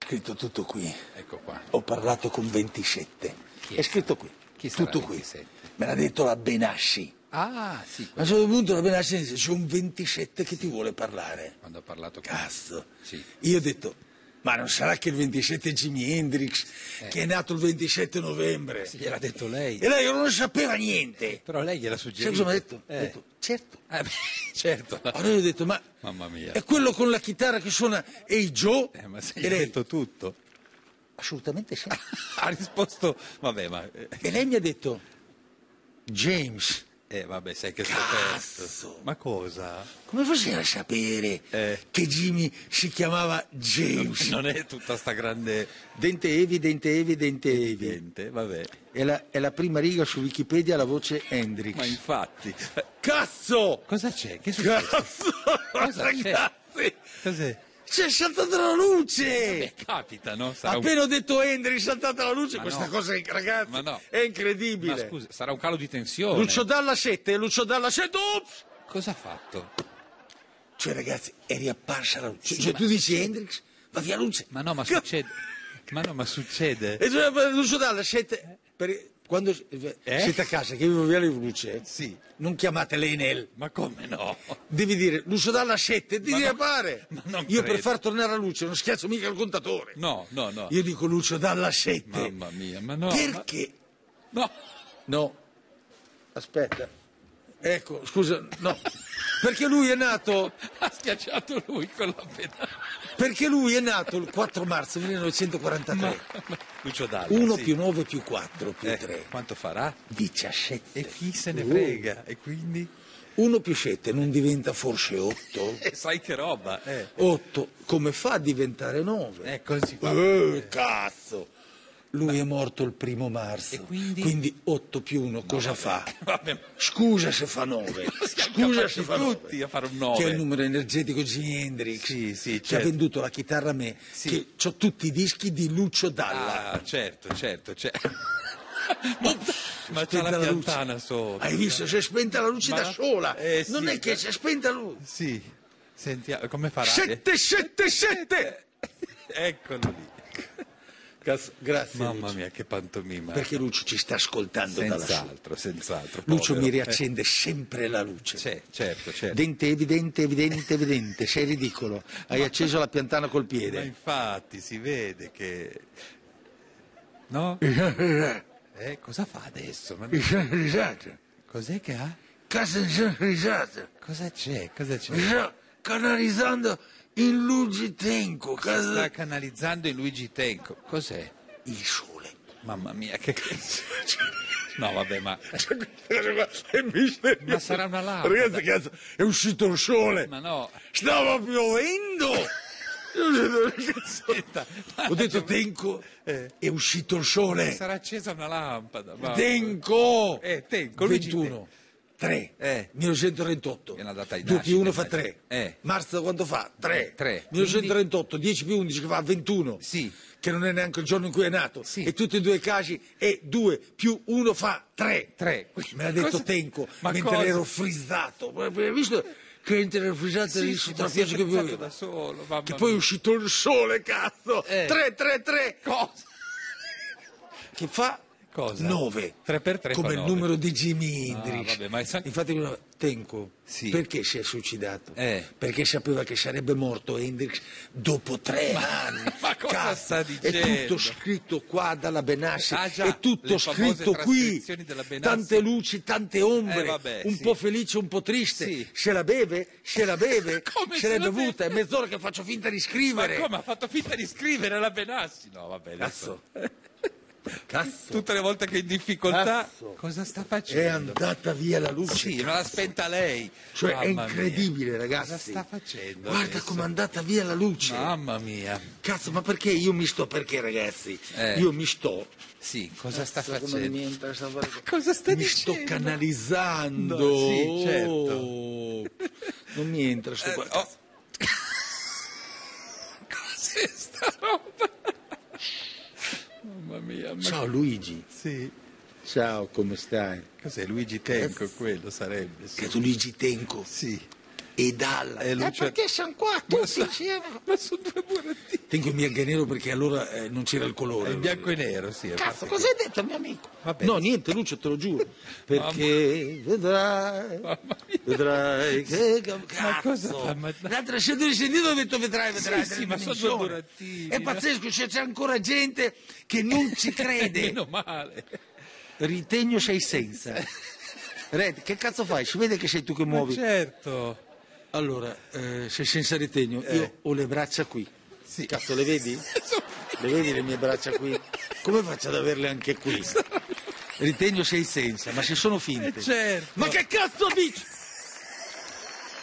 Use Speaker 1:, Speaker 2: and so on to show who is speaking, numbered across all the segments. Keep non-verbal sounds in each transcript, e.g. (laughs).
Speaker 1: scritto tutto qui.
Speaker 2: Ecco qua.
Speaker 1: Ho parlato con 27.
Speaker 2: Chi
Speaker 1: È?
Speaker 2: è?
Speaker 1: scritto qui.
Speaker 2: Chi sarà
Speaker 1: tutto qui.
Speaker 2: 27?
Speaker 1: Me l'ha detto la Benasci.
Speaker 2: Ah, sì,
Speaker 1: A un certo punto la Benasci dice c'è un 27 che ti vuole parlare.
Speaker 2: quando ha parlato con...
Speaker 1: Cazzo.
Speaker 2: Sì.
Speaker 1: Io ho detto, ma non sarà che il 27 è Jimi Hendrix, che è nato il 27 novembre.
Speaker 2: Eh. Sì, gliel'ha detto lei.
Speaker 1: E lei non sapeva niente.
Speaker 2: Però lei gliela
Speaker 1: Sai
Speaker 2: suggerì.
Speaker 1: cosa mi ha detto?
Speaker 2: Eh.
Speaker 1: Ha detto, certo.
Speaker 2: Eh, beh, (laughs) certo.
Speaker 1: Allora io ho detto, ma
Speaker 2: Mamma mia.
Speaker 1: è quello con la chitarra che suona Hey Joe?
Speaker 2: Eh, ma se gli
Speaker 1: e
Speaker 2: ha
Speaker 1: lei,
Speaker 2: detto tutto.
Speaker 1: assolutamente sì.
Speaker 2: ha risposto... Vabbè, ma... eh,
Speaker 1: e lei mi ha detto, James,
Speaker 2: Eh, vabbè, sai che sto
Speaker 1: Cazzo!
Speaker 2: perso. Ma cosa?
Speaker 1: come faceva a sapere
Speaker 2: Eh.
Speaker 1: che Jimmy si chiamava James?
Speaker 2: Non è tutta sta grande... Dente evi, dente evi, dente evi. Dente, vabbè.
Speaker 1: È, la, è la prima riga su Wikipedia la voce Hendrix.
Speaker 2: Ma infatti...
Speaker 1: Cazzo!
Speaker 2: Cosa c'è? Che succede?
Speaker 1: Cazzo!
Speaker 2: Cosa c'è?
Speaker 1: Ragazzi!
Speaker 2: Cos'è?
Speaker 1: C'è saltata la luce!
Speaker 2: Eh, capita, no? Sarà un-
Speaker 1: Appena ho detto Hendrix, è saltata la luce.
Speaker 2: Ma
Speaker 1: Questa
Speaker 2: no.
Speaker 1: cosa, ragazzi,
Speaker 2: Ma no.
Speaker 1: è incredibile.
Speaker 2: Ma scusa, sarà un calo di tensione.
Speaker 1: Lucio Dalla 7, Lucio Dalla 7, ops!
Speaker 2: Cosa ha fatto?
Speaker 1: Cioè, ragazzi, è riapparsa la luce.
Speaker 2: Sì,
Speaker 1: cioè,
Speaker 2: ma-
Speaker 1: tu dici Hendrix, va via luce.
Speaker 2: Ma no, ma
Speaker 1: Cazzo!
Speaker 2: succede... Ma no, ma (laughs) succede...
Speaker 1: E cioè, per Lucio Dalla, siete, per- quando eh,
Speaker 2: Eh?
Speaker 1: siete a casa che vi va via la luce,
Speaker 2: Sì.
Speaker 1: non chiamate l'Enel.
Speaker 2: Ma come no?
Speaker 1: Devi dire Lucio Dalla 7, devi
Speaker 2: Ma no,
Speaker 1: riappare.
Speaker 2: (laughs) ma non
Speaker 1: Io per
Speaker 2: credo.
Speaker 1: far tornare la luce non schiaccio mica il contatore.
Speaker 2: No, no, no.
Speaker 1: Io dico Lucio Dalla 7.
Speaker 2: Mamma mia, ma no.
Speaker 1: Perché?
Speaker 2: ma- No.
Speaker 1: No. Aspetta. Ecco, scusa,
Speaker 2: (laughs)
Speaker 1: no. Perché lui è nato
Speaker 2: Ha schiacciato lui con la pedana.
Speaker 1: perché lui è nato il 4 marzo 1943.
Speaker 2: Lucio Dalla.
Speaker 1: 1
Speaker 2: sì.
Speaker 1: più 9 più 4 più
Speaker 2: Eh,
Speaker 1: 3.
Speaker 2: Quanto farà?
Speaker 1: 17.
Speaker 2: E chi se ne frega? E quindi?
Speaker 1: 1 più 7 non diventa forse 8?
Speaker 2: E sai che roba? Eh,
Speaker 1: 8 come fa a diventare 9?
Speaker 2: Eh, così fa.
Speaker 1: Eh, cazzo! Lui è morto il primo marzo,
Speaker 2: E quindi?
Speaker 1: 8 più 1 cosa fa?
Speaker 2: vabbè.
Speaker 1: Scusa se fa 9,
Speaker 2: (laughs) siamo
Speaker 1: scusa
Speaker 2: capaci
Speaker 1: se fa
Speaker 2: tutti
Speaker 1: 9.
Speaker 2: a fare un nove.
Speaker 1: Che è il numero energetico di Jimi Hendrix,
Speaker 2: Sì, sì,
Speaker 1: che
Speaker 2: certo.
Speaker 1: ha venduto la chitarra a me, che ho tutti i dischi di Lucio Dalla.
Speaker 2: Ah, certo, certo, certo. (laughs) ma ma c'è
Speaker 1: Spenta
Speaker 2: la
Speaker 1: la luce.
Speaker 2: piantana sopra.
Speaker 1: Hai visto? Si è spenta la luce
Speaker 2: Ma-
Speaker 1: da sola,
Speaker 2: eh,
Speaker 1: non
Speaker 2: sì,
Speaker 1: è che
Speaker 2: ma-
Speaker 1: si è spenta la luce.
Speaker 2: Sì. Sentiamo, come farà? (laughs)
Speaker 1: 777!
Speaker 2: Eccolo lì.
Speaker 1: Cazzo, grazie.
Speaker 2: Mamma
Speaker 1: Lucio.
Speaker 2: mia, che pantomima.
Speaker 1: Perché Lucio ci sta ascoltando dalla sua.
Speaker 2: Senz'altro, senz'altro.
Speaker 1: Lucio
Speaker 2: povero.
Speaker 1: mi
Speaker 2: Eh,
Speaker 1: riaccende sempre la luce.
Speaker 2: c'è, certo, certo.
Speaker 1: Dente evidente, evidente, evidente, sei ridicolo. Hai acceso la piantana col
Speaker 2: Ma
Speaker 1: piede.
Speaker 2: infatti si vede che...
Speaker 1: (laughs)
Speaker 2: No? Eh, cosa fa adesso? Ma-
Speaker 1: Mi sono risato.
Speaker 2: Cos'è che ha?
Speaker 1: Cazzo, mi sono risato.
Speaker 2: Cosa c'è? Cosa
Speaker 1: Mi
Speaker 2: c'è?
Speaker 1: sto canalizzando in Luigi Tenco,
Speaker 2: Sta
Speaker 1: cazzo.
Speaker 2: canalizzando in Luigi Tenco. Cos'è?
Speaker 1: Il (laughs) sole.
Speaker 2: Mamma
Speaker 1: (laughs)
Speaker 2: mia, che... No, vabbè, ma...
Speaker 1: È misterioso.
Speaker 2: Ma sarà una lampada.
Speaker 1: Ragazzi, cazzo, è uscito il sole.
Speaker 2: Ma no...
Speaker 1: Stava piovendo. Io ho detto, cazzo. Ho detto, Tenco, è uscito il sole.
Speaker 2: Cioè, Sarà accesa una lampada. ma-
Speaker 1: Tenco!
Speaker 2: Eh, Tenco, Luigi
Speaker 1: 21. 3.
Speaker 2: Eh.
Speaker 1: 1938.
Speaker 2: È una data di
Speaker 1: 2 più 1
Speaker 2: nascita,
Speaker 1: fa 3.
Speaker 2: immagino. Eh.
Speaker 1: Marzo quanto fa? 3.
Speaker 2: Tre.
Speaker 1: 1938, 10 più 11 che fa 21.
Speaker 2: Sì.
Speaker 1: Che non è neanche il giorno in cui è nato.
Speaker 2: Sì.
Speaker 1: E tutti e due i casi è 2 più 1 fa 3.
Speaker 2: Tre.
Speaker 1: Me l'ha detto
Speaker 2: Cosa-
Speaker 1: Tenco
Speaker 2: Ma
Speaker 1: mentre
Speaker 2: cosa?
Speaker 1: ero frizzato. Ma Hai visto che mentre ero frizzato
Speaker 2: Sì,
Speaker 1: lì
Speaker 2: sì,
Speaker 1: sotto
Speaker 2: ma
Speaker 1: la
Speaker 2: si è
Speaker 1: pioggia che
Speaker 2: pensato
Speaker 1: pioveva?
Speaker 2: da solo, mamma
Speaker 1: Che poi è
Speaker 2: mia.
Speaker 1: uscito il sole, cazzo!
Speaker 2: Eh.
Speaker 1: 3, 3, 3.
Speaker 2: Cosa?
Speaker 1: Che fa
Speaker 2: Cosa?
Speaker 1: 9
Speaker 2: Tre per tre
Speaker 1: come
Speaker 2: fa
Speaker 1: il
Speaker 2: nove.
Speaker 1: numero di Jimi
Speaker 2: Ah,
Speaker 1: Hendrix
Speaker 2: vabbè, ma è sa-
Speaker 1: infatti uno- Tenco
Speaker 2: Sì.
Speaker 1: perché si è suicidato
Speaker 2: Eh.
Speaker 1: perché sapeva che sarebbe morto Hendrix dopo tre anni
Speaker 2: (laughs) ma cosa sta
Speaker 1: è
Speaker 2: dicendo?
Speaker 1: tutto scritto qua dalla Benassi
Speaker 2: Ah, già,
Speaker 1: è tutto
Speaker 2: le famose
Speaker 1: scritto qui
Speaker 2: trascrizioni della Benassi.
Speaker 1: tante luci tante ombre
Speaker 2: Eh, vabbè,
Speaker 1: un
Speaker 2: sì.
Speaker 1: po' felice un po' triste
Speaker 2: Sì.
Speaker 1: se la beve se la beve
Speaker 2: (laughs) Come
Speaker 1: se
Speaker 2: se
Speaker 1: l'è
Speaker 2: la
Speaker 1: bevuta è
Speaker 2: beve?
Speaker 1: mezz'ora che faccio finta di
Speaker 2: Ma
Speaker 1: scrivere
Speaker 2: come ha fatto finta di scrivere la Benassi? No, vabbè, adesso.
Speaker 1: cazzo cazzo
Speaker 2: Tutte le volte che è in difficoltà,
Speaker 1: Cazzo.
Speaker 2: cosa sta
Speaker 1: è
Speaker 2: facendo?
Speaker 1: andata via la luce
Speaker 2: Sì, ma l'ha spenta lei.
Speaker 1: Cioè, è
Speaker 2: Mamma mia.
Speaker 1: incredibile, ragazzi.
Speaker 2: Cosa sta facendo?
Speaker 1: Guarda
Speaker 2: adesso?
Speaker 1: com'è andata via la luce.
Speaker 2: Mamma mia.
Speaker 1: Cazzo, ma perché io mi sto? Perché, ragazzi?
Speaker 2: Eh.
Speaker 1: Io mi sto.
Speaker 2: Sì, cosa sta
Speaker 1: Cazzo, come
Speaker 2: facendo?
Speaker 1: mi entra sta cosa qua.
Speaker 2: Cosa sta
Speaker 1: mi
Speaker 2: dicendo?
Speaker 1: sto canalizzando. Oh.
Speaker 2: No, sì, certo.
Speaker 1: Non mi entra sto
Speaker 2: Eh,
Speaker 1: qua.
Speaker 2: oh. Cos'è sta roba? Mamma mia, ma
Speaker 1: Ciao Luigi.
Speaker 2: sì.
Speaker 1: Ciao, come stai?
Speaker 2: Cos'è Luigi Tenco quello sarebbe? Sì.
Speaker 1: Cazzo Luigi Tenco
Speaker 2: Sì.
Speaker 1: e Dalla.
Speaker 2: Eh, Lucia-
Speaker 1: perché siamo qua
Speaker 2: Ma,
Speaker 1: tutti insieme?
Speaker 2: sono due burattini.
Speaker 1: Tengo in bianco e nero perché allora eh, non c'era il colore.
Speaker 2: In bianco e nero, sì. è
Speaker 1: Cazzo,
Speaker 2: parte-
Speaker 1: cosa hai detto, mio amico?
Speaker 2: Vabbè.
Speaker 1: No, niente, Lucio, te lo
Speaker 2: (laughs)
Speaker 1: giuro. Perché vedrai, vedrai che
Speaker 2: Ma cosa
Speaker 1: cazzo.
Speaker 2: fa? Ma-
Speaker 1: L'altra scena sentito ho detto vedrai, vedrai.
Speaker 2: Sì,
Speaker 1: della
Speaker 2: sì, ma sono eh.
Speaker 1: dimensione.
Speaker 2: due burattini,
Speaker 1: È
Speaker 2: no?
Speaker 1: pazzesco, cioè, c'è ancora gente che non
Speaker 2: (laughs)
Speaker 1: ci crede.
Speaker 2: Meno male.
Speaker 1: Ritegno sei senza. Red, che cazzo fai? Si vede che sei tu che
Speaker 2: Eh. Ma
Speaker 1: muovi.
Speaker 2: certo.
Speaker 1: Allora, eh, sei senza ritegno, io ho le braccia qui.
Speaker 2: Sì.
Speaker 1: Cazzo, le (laughs) vedi? Le vedi le mie braccia qui? Come faccio ad averle anche qui? Ritegno sei senza, ma se sono finte.
Speaker 2: Eh, certo.
Speaker 1: Ma che cazzo dici?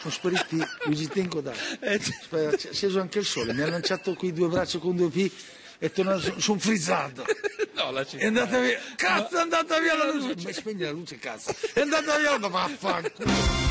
Speaker 1: Sono spariti Luigi Tenco da.
Speaker 2: Eh, certo.
Speaker 1: Aspetta, c'è- è sceso anche il sole, mi ha lanciato qui due braccia con due P e tornato, sono, sono frizzato.
Speaker 2: No, la
Speaker 1: È
Speaker 2: città.
Speaker 1: andata via. Cazzo, è andata via la luce. Ma spegni la luce, cazzo. È andata via, ma vaffanculo.